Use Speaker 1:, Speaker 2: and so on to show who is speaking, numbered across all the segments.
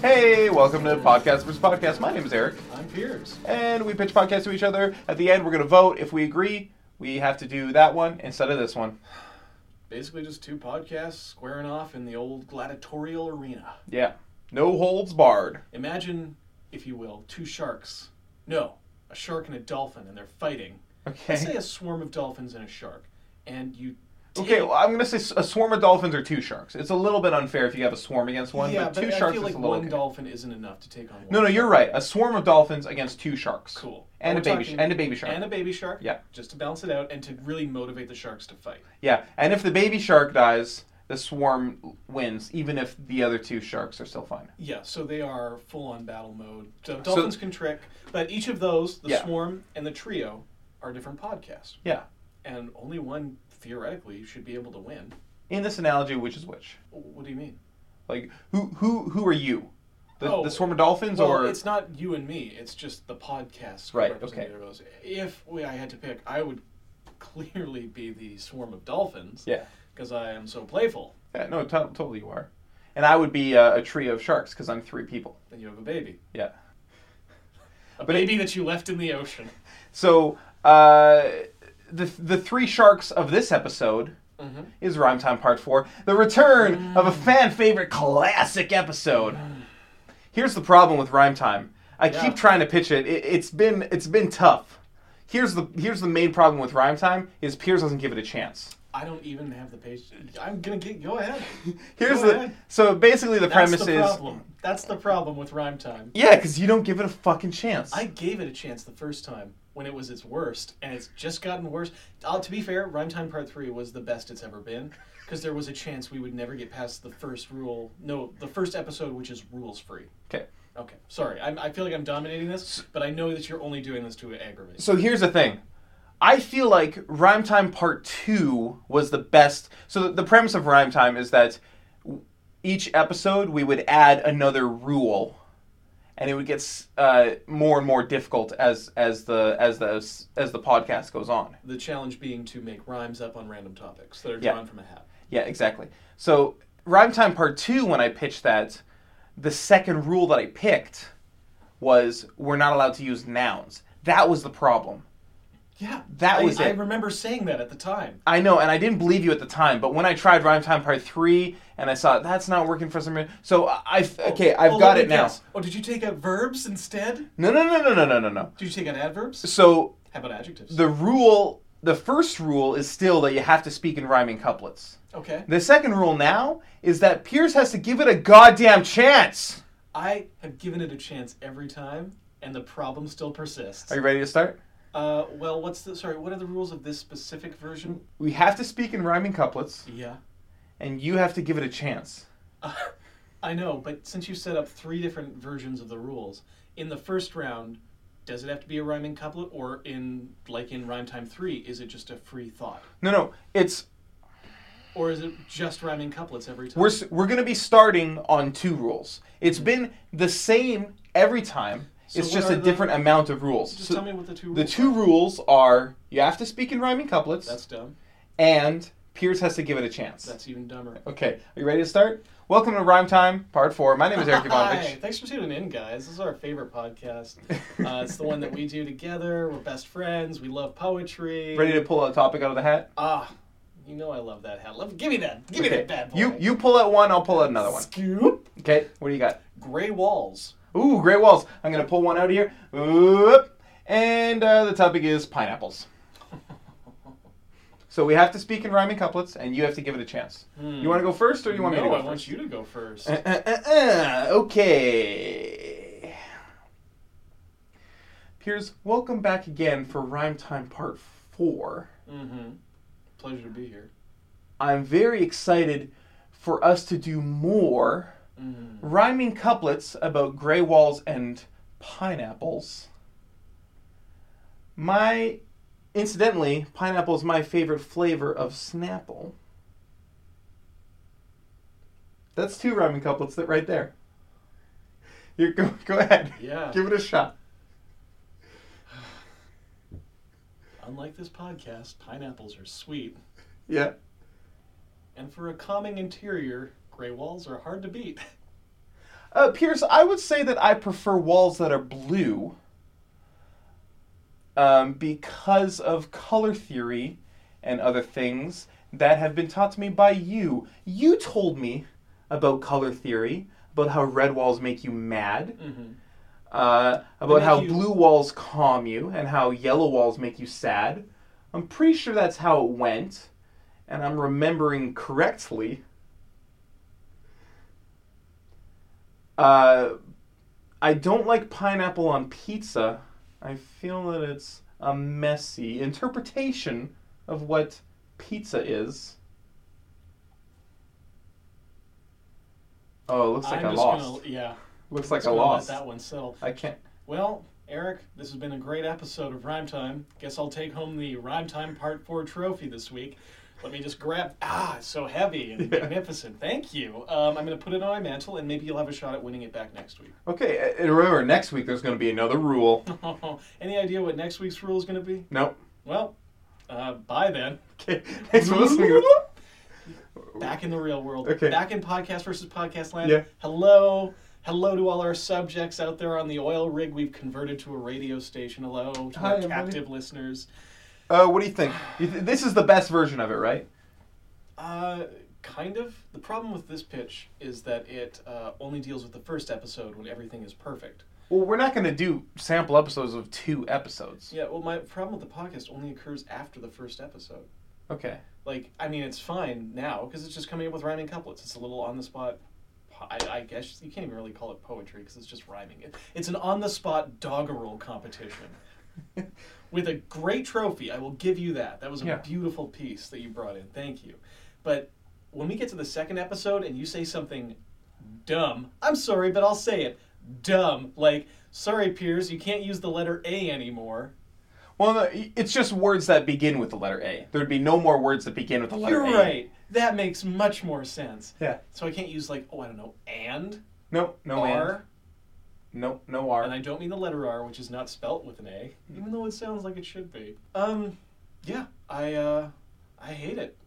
Speaker 1: Hey, welcome to Podcast vs. Podcast. My name is Eric,
Speaker 2: I'm Piers.
Speaker 1: and we pitch podcasts to each other. At the end, we're going to vote. If we agree, we have to do that one instead of this one.
Speaker 2: Basically, just two podcasts squaring off in the old gladiatorial arena.
Speaker 1: Yeah. No holds barred.
Speaker 2: Imagine, if you will, two sharks. No, a shark and a dolphin, and they're fighting. Let's say
Speaker 1: Okay.
Speaker 2: a swarm of dolphins and a shark, and you. take-
Speaker 1: Okay, well, I'm going to say s- a swarm of dolphins or two sharks. It's a little bit unfair if you have a swarm against one,
Speaker 2: yeah,
Speaker 1: but two
Speaker 2: I
Speaker 1: sharks
Speaker 2: feel
Speaker 1: is
Speaker 2: like
Speaker 1: a little.
Speaker 2: one
Speaker 1: okay.
Speaker 2: dolphin isn't enough to take on one.
Speaker 1: no, no, you're right. A swarm of dolphins against two sharks.
Speaker 2: Cool.
Speaker 1: And
Speaker 2: We're
Speaker 1: a baby sh-
Speaker 2: talking-
Speaker 1: and a baby shark.
Speaker 2: And a baby shark.
Speaker 1: Yeah.
Speaker 2: Just to balance it out and to really motivate the sharks to fight.
Speaker 1: Yeah, and if the baby shark dies, the swarm wins, even if the other two sharks are still fine.
Speaker 2: Yeah, so they are full on battle mode. So dolphins can trick, but each of those, the
Speaker 1: Yeah.
Speaker 2: swarm and the trio, are different podcasts,
Speaker 1: Yeah.
Speaker 2: and only one theoretically should be able to win.
Speaker 1: In this analogy, which is which?
Speaker 2: What do you mean?
Speaker 1: Like, who who who are you? The,
Speaker 2: Oh,
Speaker 1: the swarm of dolphins,
Speaker 2: Well,
Speaker 1: or
Speaker 2: it's not you and me. It's just the podcasts.
Speaker 1: Right,
Speaker 2: representative of those. If we, I had to pick, I would clearly be the swarm of dolphins
Speaker 1: yeah,
Speaker 2: because I am so playful.
Speaker 1: yeah, no, to- totally you are. And I would be uh, a trio of sharks because I'm three people.
Speaker 2: Then you have a baby,
Speaker 1: Yeah.
Speaker 2: a
Speaker 1: But it-
Speaker 2: baby that you left in the ocean.
Speaker 1: So uh, the the three sharks of this episode
Speaker 2: Mhm.
Speaker 1: is Rhyme Time Part Four, the return of a
Speaker 2: Mm.
Speaker 1: fan favorite classic episode. Here's the problem with Rhyme Time. I
Speaker 2: Yeah.
Speaker 1: keep trying to pitch it. it. It's been it's been tough. Here's the here's the main problem with Rhyme Time is Piers doesn't give it a chance.
Speaker 2: I don't even have the page. I'm gonna get. Go ahead.
Speaker 1: Here's
Speaker 2: Go
Speaker 1: the
Speaker 2: ahead.
Speaker 1: so basically the
Speaker 2: That's
Speaker 1: premise
Speaker 2: the
Speaker 1: is
Speaker 2: problem. That's the problem with rhyme time.
Speaker 1: yeah, because you don't give it a fucking chance.
Speaker 2: I gave it a chance the first time when it was its worst, and it's just gotten worse. Uh, to be fair, rhyme time part three was the best it's ever been because there was a chance we would never get past the first rule. No, the first episode, which is rules free.
Speaker 1: okay.
Speaker 2: Okay, sorry. I'm, I feel like I'm dominating this, but I know that you're only doing this to aggravate.
Speaker 1: So here's the thing. I feel like Rhyme Time Part 2 was the best. So the, the premise of Rhyme Time is that w- each episode we would add another rule and it would get s- uh, more and more difficult as as the as the as the podcast goes on.
Speaker 2: The challenge being to make rhymes up on random topics that are
Speaker 1: Yeah.
Speaker 2: drawn from a hat.
Speaker 1: Yeah, exactly. So Rhyme Time Part 2 when I pitched that the second rule that I picked was we're not allowed to use nouns. That was the problem.
Speaker 2: Yeah,
Speaker 1: That
Speaker 2: I-
Speaker 1: was
Speaker 2: I
Speaker 1: it.
Speaker 2: remember saying that at the time.
Speaker 1: I know, and I didn't believe you at the time, but when I tried Rhyme Time Part 3 and I saw that's not working for some reason. So I- I've, okay, I've
Speaker 2: Oh,
Speaker 1: got
Speaker 2: let
Speaker 1: it
Speaker 2: me
Speaker 1: now.
Speaker 2: guess. Oh, did you take out verbs instead?
Speaker 1: No, no, no, no, no, no, no, no.
Speaker 2: Did you take out adverbs?
Speaker 1: So
Speaker 2: How about adjectives?
Speaker 1: the rule, the first rule is still that you have to speak in rhyming couplets.
Speaker 2: okay.
Speaker 1: The second rule now is that Pierce has to give it a goddamn chance.
Speaker 2: I have given it a chance every time, and the problem still persists.
Speaker 1: Are you ready to start?
Speaker 2: Uh, well, what's the sorry? What are the rules of this specific version?
Speaker 1: We have to speak in rhyming couplets,
Speaker 2: Yeah,
Speaker 1: and you have to give it a chance.
Speaker 2: I know, but since you set up three different versions of the rules in the first round, does it have to be a rhyming couplet, or in like in rhyme time three, is it just a free thought,
Speaker 1: No, no, it's
Speaker 2: or is it just rhyming couplets every time?
Speaker 1: We're s- we're gonna be starting on two rules. It's been the same every time.
Speaker 2: So
Speaker 1: it's
Speaker 2: what
Speaker 1: just
Speaker 2: are
Speaker 1: a
Speaker 2: the-
Speaker 1: different amount of rules.
Speaker 2: just
Speaker 1: So
Speaker 2: tell me what the two rules.
Speaker 1: the two
Speaker 2: Are.
Speaker 1: rules are: you have to speak in rhyming couplets,
Speaker 2: That's dumb.
Speaker 1: and Piers has to give it a chance.
Speaker 2: That's even dumber.
Speaker 1: Okay, are you ready to start? Welcome to Rhyme Time, Part Four. My name is Eric
Speaker 2: Hi,
Speaker 1: Ivanovich.
Speaker 2: thanks for tuning in, guys. This is our favorite podcast. Uh, it's the one that we do together. We're best friends. We love poetry.
Speaker 1: Ready to pull a topic out of the hat?
Speaker 2: Ah, you know I love that hat. Love, give me that. Give me
Speaker 1: Okay.
Speaker 2: that bad boy.
Speaker 1: You you pull out one, I'll pull out another one.
Speaker 2: Scoop.
Speaker 1: Okay, what do you got?
Speaker 2: Gray walls.
Speaker 1: Ooh, great walls. I'm gonna pull one out here. Oop. And uh, the topic is pineapples. So we have to speak in rhyming couplets, and you have to give it a chance. You want to go first, or you want
Speaker 2: no,
Speaker 1: me to go
Speaker 2: I
Speaker 1: first?
Speaker 2: want you to go first.
Speaker 1: Uh, uh, uh, uh, okay. Piers, welcome back again for Rhyme Time Part 4.
Speaker 2: mm-hmm. Pleasure to be here.
Speaker 1: I'm very excited for us to do more
Speaker 2: Mm.
Speaker 1: rhyming couplets about gray walls and pineapples. My, incidentally, pineapple is my favorite flavor of Snapple. That's two rhyming couplets that right there. You go, go ahead.
Speaker 2: Yeah.
Speaker 1: Give it a shot.
Speaker 2: Unlike this podcast, pineapples are sweet,
Speaker 1: Yeah.
Speaker 2: and for a calming interior, gray walls are hard to beat.
Speaker 1: Uh, Pierce, I would say that I prefer walls that are blue um, because of color theory and other things that have been taught to me by you. You told me about color theory, about how red walls make you mad,
Speaker 2: Mm-hmm.
Speaker 1: uh, about
Speaker 2: make
Speaker 1: how
Speaker 2: you-
Speaker 1: blue walls calm you, and how yellow walls make you sad. I'm pretty sure that's how it went, and I'm remembering correctly. Uh, I don't like pineapple on pizza. I feel that it's a messy interpretation of what pizza is. Oh, it looks like
Speaker 2: I'm
Speaker 1: I
Speaker 2: just
Speaker 1: lost.
Speaker 2: gonna yeah.
Speaker 1: Looks like
Speaker 2: just
Speaker 1: I
Speaker 2: gonna let
Speaker 1: lost.
Speaker 2: that one settle.
Speaker 1: I can't.
Speaker 2: Well, Eric, this has been a great episode of Rhyme Time. Guess I'll take home the Rhyme Time Part 4 trophy this week. Let me just grab. Ah, it's so heavy and
Speaker 1: Yeah.
Speaker 2: magnificent. Thank you. Um, I'm going to put it on my mantle, and maybe you'll have a shot at winning it back next week.
Speaker 1: Okay, a- and remember, next week there's going to be another rule.
Speaker 2: Any idea what next week's rule is going to be?
Speaker 1: Nope.
Speaker 2: Well, uh, bye then.
Speaker 1: Okay, thanks for listening.
Speaker 2: Back in the real world.
Speaker 1: Okay.
Speaker 2: Back in podcast versus podcast land.
Speaker 1: Yeah.
Speaker 2: Hello. Hello to all our subjects out there on the oil rig we've converted to a radio station. Hello to
Speaker 1: Hi,
Speaker 2: our
Speaker 1: everybody.
Speaker 2: captive listeners.
Speaker 1: Uh, what do you think? You th- this is the best version of it, right?
Speaker 2: Uh, kind of. The problem with this pitch is that it uh, only deals with the first episode when everything is perfect.
Speaker 1: Well, we're not going to do sample episodes of two episodes.
Speaker 2: Yeah, well, my problem with the podcast only occurs after the first episode.
Speaker 1: Okay.
Speaker 2: Like, I mean, it's fine now because it's just coming up with rhyming couplets. It's a little on the spot. I, I guess you can't even really call it poetry because it's just rhyming. It, it's an on the spot doggerel competition with a great trophy. I will give you that. That was a
Speaker 1: Yeah.
Speaker 2: beautiful piece that you brought in. Thank you. But when we get to the second episode and you say something dumb, I'm sorry, but I'll say it dumb. Like, sorry, Piers, you can't use the letter A anymore.
Speaker 1: Well, no, y- it's just words that begin with the letter A. There'd be no more words that begin with the letter
Speaker 2: You're
Speaker 1: A.
Speaker 2: right. That makes much more sense.
Speaker 1: Yeah.
Speaker 2: So I can't use like, oh, I don't know, and
Speaker 1: Nope. No
Speaker 2: R,
Speaker 1: and. Nope. No R.
Speaker 2: and I don't mean the letter R, which is not spelt with an A, even though it sounds like it should be. Um, yeah, I uh, I hate it.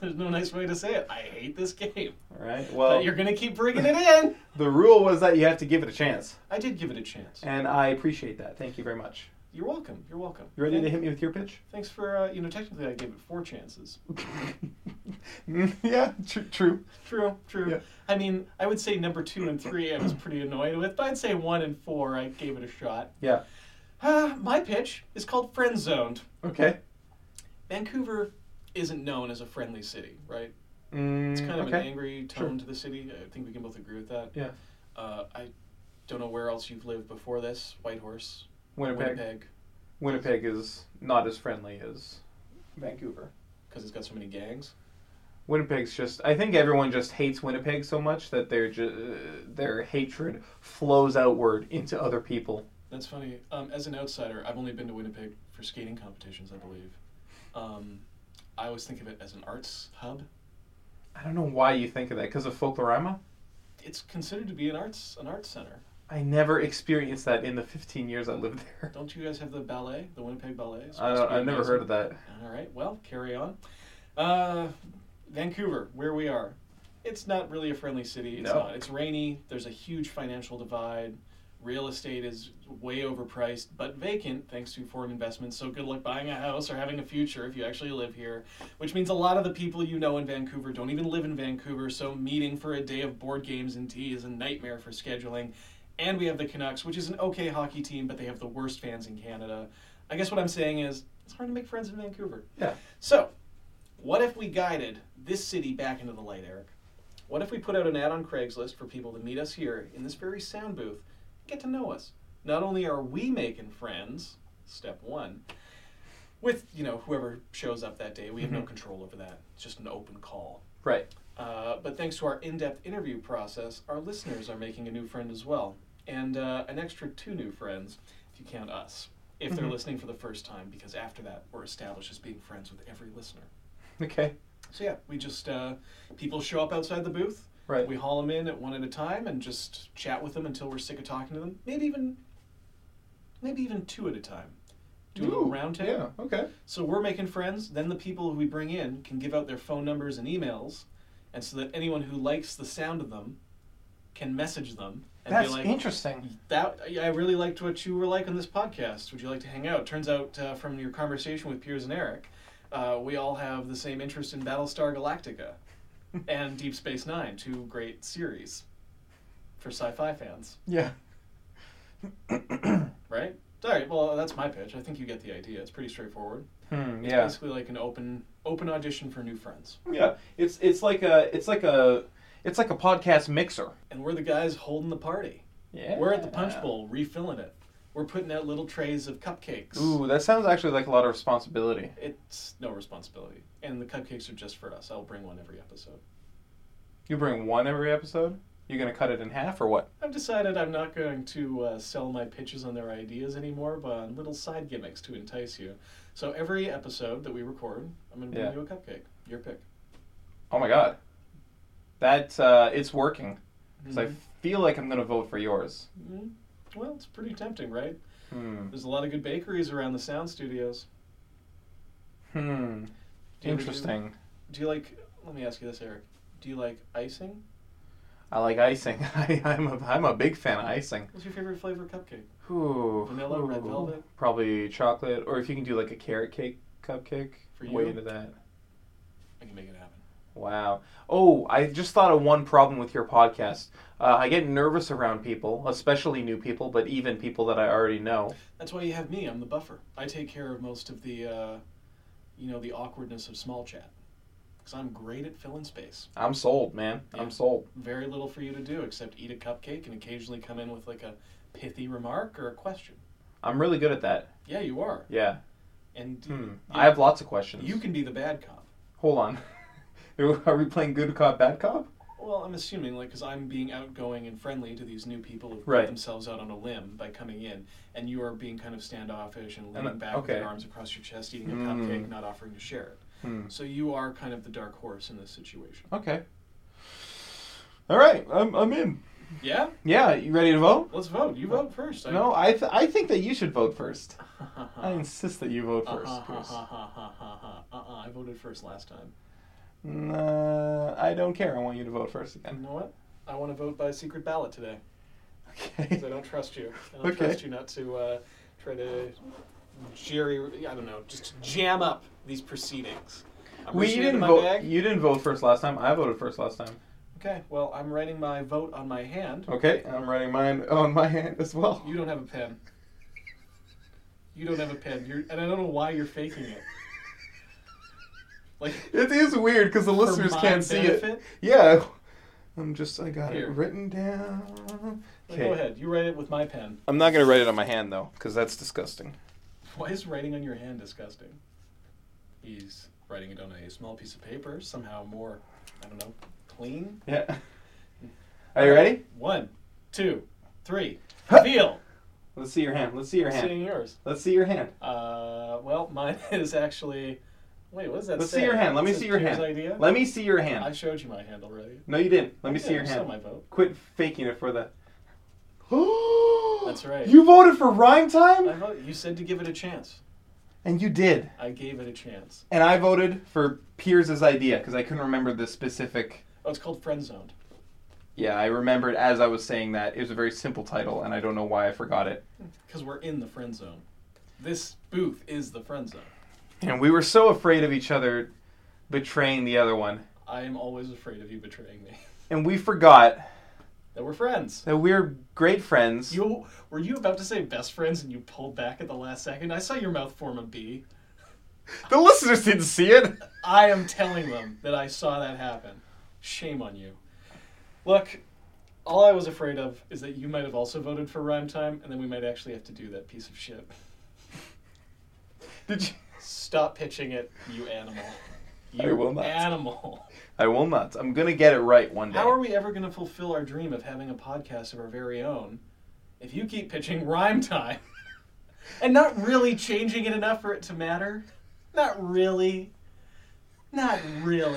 Speaker 2: There's no nice way to say it. I hate this game.
Speaker 1: All right.
Speaker 2: But
Speaker 1: Well,
Speaker 2: you're gonna keep bringing it in.
Speaker 1: the rule was that you have to give it a chance,
Speaker 2: I did give it a chance.
Speaker 1: and I appreciate that. Thank you very much.
Speaker 2: You're welcome. You're welcome.
Speaker 1: You ready to
Speaker 2: Thank-
Speaker 1: hit me with your pitch?
Speaker 2: Thanks for uh, you know. Technically, I gave it four chances.
Speaker 1: Mm, yeah. Tr- true.
Speaker 2: True, true.
Speaker 1: Yeah.
Speaker 2: I mean, I would say number two and three I was pretty annoyed with, but I'd say one and four I gave it a shot.
Speaker 1: Yeah.
Speaker 2: Uh, my pitch is called friend zoned.
Speaker 1: Okay.
Speaker 2: Vancouver isn't known as a friendly city, right?
Speaker 1: Mm,
Speaker 2: It's kind of an
Speaker 1: okay.
Speaker 2: angry
Speaker 1: Sure.
Speaker 2: tone to the city. I think we can both agree with that.
Speaker 1: Yeah.
Speaker 2: Uh, I don't know where else you've lived before this. Whitehorse,
Speaker 1: Winnipeg.
Speaker 2: Winnipeg,
Speaker 1: Winnipeg is not as friendly as Vancouver.
Speaker 2: because it's got so many gangs.
Speaker 1: Winnipeg's just. I think everyone just hates Winnipeg so much that their ju- uh, their hatred flows outward into other people.
Speaker 2: That's funny. Um, as an outsider, I've only been to Winnipeg for skating competitions, I believe. Um, I always think of it as an arts hub.
Speaker 1: I don't know why you think of that. Because of Folklorama,
Speaker 2: It's considered to be an arts an arts center.
Speaker 1: I never experienced that in the 15 years I lived there.
Speaker 2: Don't you guys have the ballet, the Winnipeg Ballet? It's
Speaker 1: I
Speaker 2: supposed
Speaker 1: don't,
Speaker 2: to be
Speaker 1: I've never
Speaker 2: amazing.
Speaker 1: heard of that.
Speaker 2: All right. Well, carry on. Uh, Vancouver, where we are, it's not really a friendly city. It's
Speaker 1: No.
Speaker 2: not. It's rainy. There's a huge financial divide. Real estate is way overpriced, but vacant thanks to foreign investments. So good luck buying a house or having a future if you actually live here. Which means a lot of the people you know in Vancouver don't even live in Vancouver. So meeting for a day of board games and tea is a nightmare for scheduling. And we have the Canucks, which is an okay hockey team, but they have the worst fans in Canada. I guess what I'm saying is it's hard to make friends in Vancouver.
Speaker 1: Yeah.
Speaker 2: So, what if we guided this city back into the light, Eric? What if we put out an ad on Craigslist for people to meet us here in this very sound booth, get to know us? Not only are we making friends, step one, with you know whoever shows up that day, we have no control over that. It's just an open call.
Speaker 1: Right.
Speaker 2: Uh, but thanks to our in-depth interview process, our listeners are making a new friend as well, and uh, an extra two new friends if you count us. If
Speaker 1: Mm-hmm.
Speaker 2: they're listening for the first time, because after that, we're established as being friends with every listener.
Speaker 1: Okay.
Speaker 2: So yeah, we just uh, people show up outside the booth.
Speaker 1: Right.
Speaker 2: We haul them in at one at a time and just chat with them until we're sick of talking to them. Maybe even, maybe even two at a time. Do a
Speaker 1: Ooh,
Speaker 2: little round table.
Speaker 1: Yeah. Okay.
Speaker 2: So we're making friends. Then the people who we bring in can give out their phone numbers and emails, and so that anyone who likes the sound of them can message them and
Speaker 1: That's
Speaker 2: be like,
Speaker 1: interesting.
Speaker 2: that I really liked what you were like on this podcast. Would you like to hang out? Turns out uh, from your conversation with Piers and Eric, uh, we all have the same interest in Battlestar Galactica and Deep Space Nine, two great series for sci-fi fans,
Speaker 1: Yeah.
Speaker 2: right? All right. Well, that's my pitch. I think you get the idea. It's pretty straightforward.
Speaker 1: Hmm,
Speaker 2: It's
Speaker 1: yeah.
Speaker 2: basically like an open open audition for new friends,
Speaker 1: Yeah. It's it's like a it's like a it's like a podcast mixer.
Speaker 2: and we're the guys holding the party.
Speaker 1: Yeah.
Speaker 2: We're at the punch bowl refilling it. We're putting out little trays of cupcakes.
Speaker 1: Ooh, that sounds actually like a lot of responsibility.
Speaker 2: It's no responsibility. And the cupcakes are just for us. I'll bring one every episode.
Speaker 1: You bring one every episode. You're gonna cut it in half or what?
Speaker 2: I've decided I'm not going to uh, sell my pitches on their ideas anymore, but on little side gimmicks to entice you. So every episode that we record, I'm going to bring
Speaker 1: Yeah.
Speaker 2: you a cupcake. Your pick.
Speaker 1: Oh my god. That uh, it's working. 'Cause
Speaker 2: Mhm.
Speaker 1: I feel like I'm gonna vote for yours.
Speaker 2: Mhm. Well, it's pretty tempting, right?
Speaker 1: Hmm.
Speaker 2: There's a lot of good bakeries around the sound studios.
Speaker 1: Hmm.
Speaker 2: Do you ever do-
Speaker 1: Interesting.
Speaker 2: Do you like, let me ask you this, Eric. Do you like icing?
Speaker 1: I like icing. I, I'm a I'm a big fan of icing.
Speaker 2: What's your favorite flavor cupcake?
Speaker 1: Ooh,
Speaker 2: Vanilla, red
Speaker 1: ooh.
Speaker 2: velvet?
Speaker 1: Probably chocolate, or if you can do like a carrot cake cupcake.
Speaker 2: For
Speaker 1: Way
Speaker 2: you?
Speaker 1: into that.
Speaker 2: I can make it happen.
Speaker 1: Wow. Oh, I just thought of one problem with your podcast. Uh, I get nervous around people, especially new people, but even people that I already know.
Speaker 2: That's why you have me. I'm the buffer. I take care of most of the, uh, you know, the awkwardness of small chat. Because I'm great at filling space.
Speaker 1: I'm sold, man.
Speaker 2: Yeah.
Speaker 1: I'm sold.
Speaker 2: Very little for you to do except eat a cupcake and occasionally come in with like a pithy remark or a question.
Speaker 1: I'm really good at that.
Speaker 2: Yeah, you are.
Speaker 1: Yeah.
Speaker 2: And
Speaker 1: Hmm.
Speaker 2: Yeah.
Speaker 1: I have lots of questions.
Speaker 2: you can be the bad cop.
Speaker 1: Hold on. Are we playing good cop, bad cop?
Speaker 2: Well, I'm assuming, like, because I'm being outgoing and friendly to these new people who
Speaker 1: Right.
Speaker 2: put themselves out on a limb by coming in, and you are being kind of standoffish and leaning
Speaker 1: uh,
Speaker 2: back with
Speaker 1: okay.
Speaker 2: your arms across your chest, eating a
Speaker 1: Mm.
Speaker 2: cupcake, not offering to share it.
Speaker 1: Hmm.
Speaker 2: So you are kind of the dark horse in this situation.
Speaker 1: Okay. All right. I'm, I'm in.
Speaker 2: Yeah?
Speaker 1: Yeah. You ready to vote?
Speaker 2: Let's vote. You vote first. I-
Speaker 1: No, I, th- I think that you should vote first.
Speaker 2: Uh-huh,
Speaker 1: I insist that you vote
Speaker 2: uh-huh,
Speaker 1: first.
Speaker 2: uh-huh,
Speaker 1: Bruce.
Speaker 2: uh-huh, uh-huh. I voted first last time.
Speaker 1: Nah, I don't care. I want you to vote first
Speaker 2: And you
Speaker 1: again.
Speaker 2: know what? I want to vote by secret ballot today because I
Speaker 1: Okay.
Speaker 2: don't trust you. I don't
Speaker 1: Okay.
Speaker 2: trust you not to uh, try to jerry. I don't know. Just jam up these proceedings. I'm
Speaker 1: We
Speaker 2: reaching
Speaker 1: you
Speaker 2: into
Speaker 1: didn't
Speaker 2: my
Speaker 1: vote.
Speaker 2: bag.
Speaker 1: You didn't vote first last time. I voted first last time.
Speaker 2: Okay. Well, I'm writing my vote on my hand.
Speaker 1: Okay, I'm writing mine on my hand as well.
Speaker 2: You don't have a pen. You don't have a pen. You're, and I don't know why you're faking it. Like
Speaker 1: It is weird because the
Speaker 2: For
Speaker 1: listeners
Speaker 2: my
Speaker 1: can't see it.
Speaker 2: benefit?
Speaker 1: Yeah, I'm just I got
Speaker 2: Here.
Speaker 1: it written down.
Speaker 2: like, go ahead. You write it with my pen.
Speaker 1: I'm not gonna write it on my hand though, because that's disgusting.
Speaker 2: Why is writing on your hand disgusting? He's writing it on a small piece of paper, somehow more, I don't know, clean.
Speaker 1: Yeah. Are you ready?
Speaker 2: One, two, three.
Speaker 1: Huh.
Speaker 2: Feel.
Speaker 1: Let's see your hand. Let's see your hand.
Speaker 2: Seeing yours.
Speaker 1: Let's see your hand.
Speaker 2: Uh, well, mine is actually. Wait, what does that
Speaker 1: Let's
Speaker 2: say?
Speaker 1: see your hand. Let
Speaker 2: It
Speaker 1: me
Speaker 2: says
Speaker 1: see your
Speaker 2: Peter's
Speaker 1: hand.
Speaker 2: Idea?
Speaker 1: Let me see your
Speaker 2: I
Speaker 1: hand.
Speaker 2: showed you my hand already.
Speaker 1: No, you didn't. Let me
Speaker 2: Yeah,
Speaker 1: see your
Speaker 2: you saw
Speaker 1: hand.
Speaker 2: my vote.
Speaker 1: Quit faking it for the.
Speaker 2: That's right.
Speaker 1: You voted for Rhyme
Speaker 2: I
Speaker 1: Time?
Speaker 2: vote. You said to give it a chance.
Speaker 1: And you did.
Speaker 2: I gave it a chance.
Speaker 1: And I voted for Piers' idea because I couldn't remember the specific.
Speaker 2: Oh, it's called friend zoned.
Speaker 1: Yeah, I remembered as I was saying that. It was a very simple title, and I don't know why I forgot it.
Speaker 2: Because we're in the friend zone. This booth is the friend zone.
Speaker 1: And we were so afraid of each other betraying the other one.
Speaker 2: I am always afraid of you betraying me.
Speaker 1: And we forgot
Speaker 2: that we're friends.
Speaker 1: that we're great friends.
Speaker 2: You were you about to say best friends and you pulled back at the last second? I saw your mouth form a B.
Speaker 1: The listeners didn't see it.
Speaker 2: I am telling them that I saw that happen. Shame on you. Look, all I was afraid of is that you might have also voted for rhyme time, and then we might actually have to do that piece of shit.
Speaker 1: Did you?
Speaker 2: Stop pitching it, you animal. You
Speaker 1: I will not.
Speaker 2: animal.
Speaker 1: I will not. I'm gonna get it right one day.
Speaker 2: How are we ever going to fulfill our dream of having a podcast of our very own if you keep pitching rhyme time and not really changing it enough for it to matter? Not really. Not really.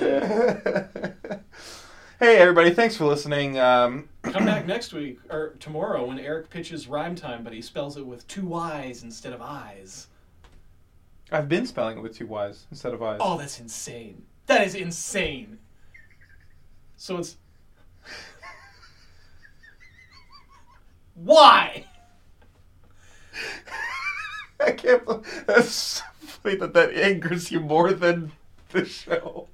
Speaker 1: hey everybody, thanks for listening. Um,
Speaker 2: Come back next week or tomorrow when Eric pitches rhyme time, but he spells it with two Y's instead of I's.
Speaker 1: I've been spelling it with two Y's instead of I's.
Speaker 2: Oh, that's insane. That is insane. So it's Why?
Speaker 1: I can't believe that's so funny that that angers you more than the show.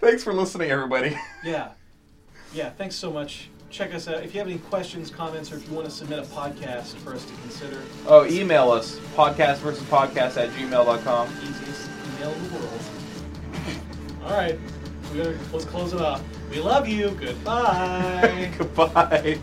Speaker 1: Thanks for listening, everybody.
Speaker 2: Yeah. Yeah, thanks so much. Check us out. If you have any questions, comments, or if you want to submit a podcast for us to consider,
Speaker 1: Oh, email us podcast versus podcast at gmail.com.
Speaker 2: easiest email in the world. All right, we gotta, let's close it off. We love you. Goodbye.
Speaker 1: Goodbye.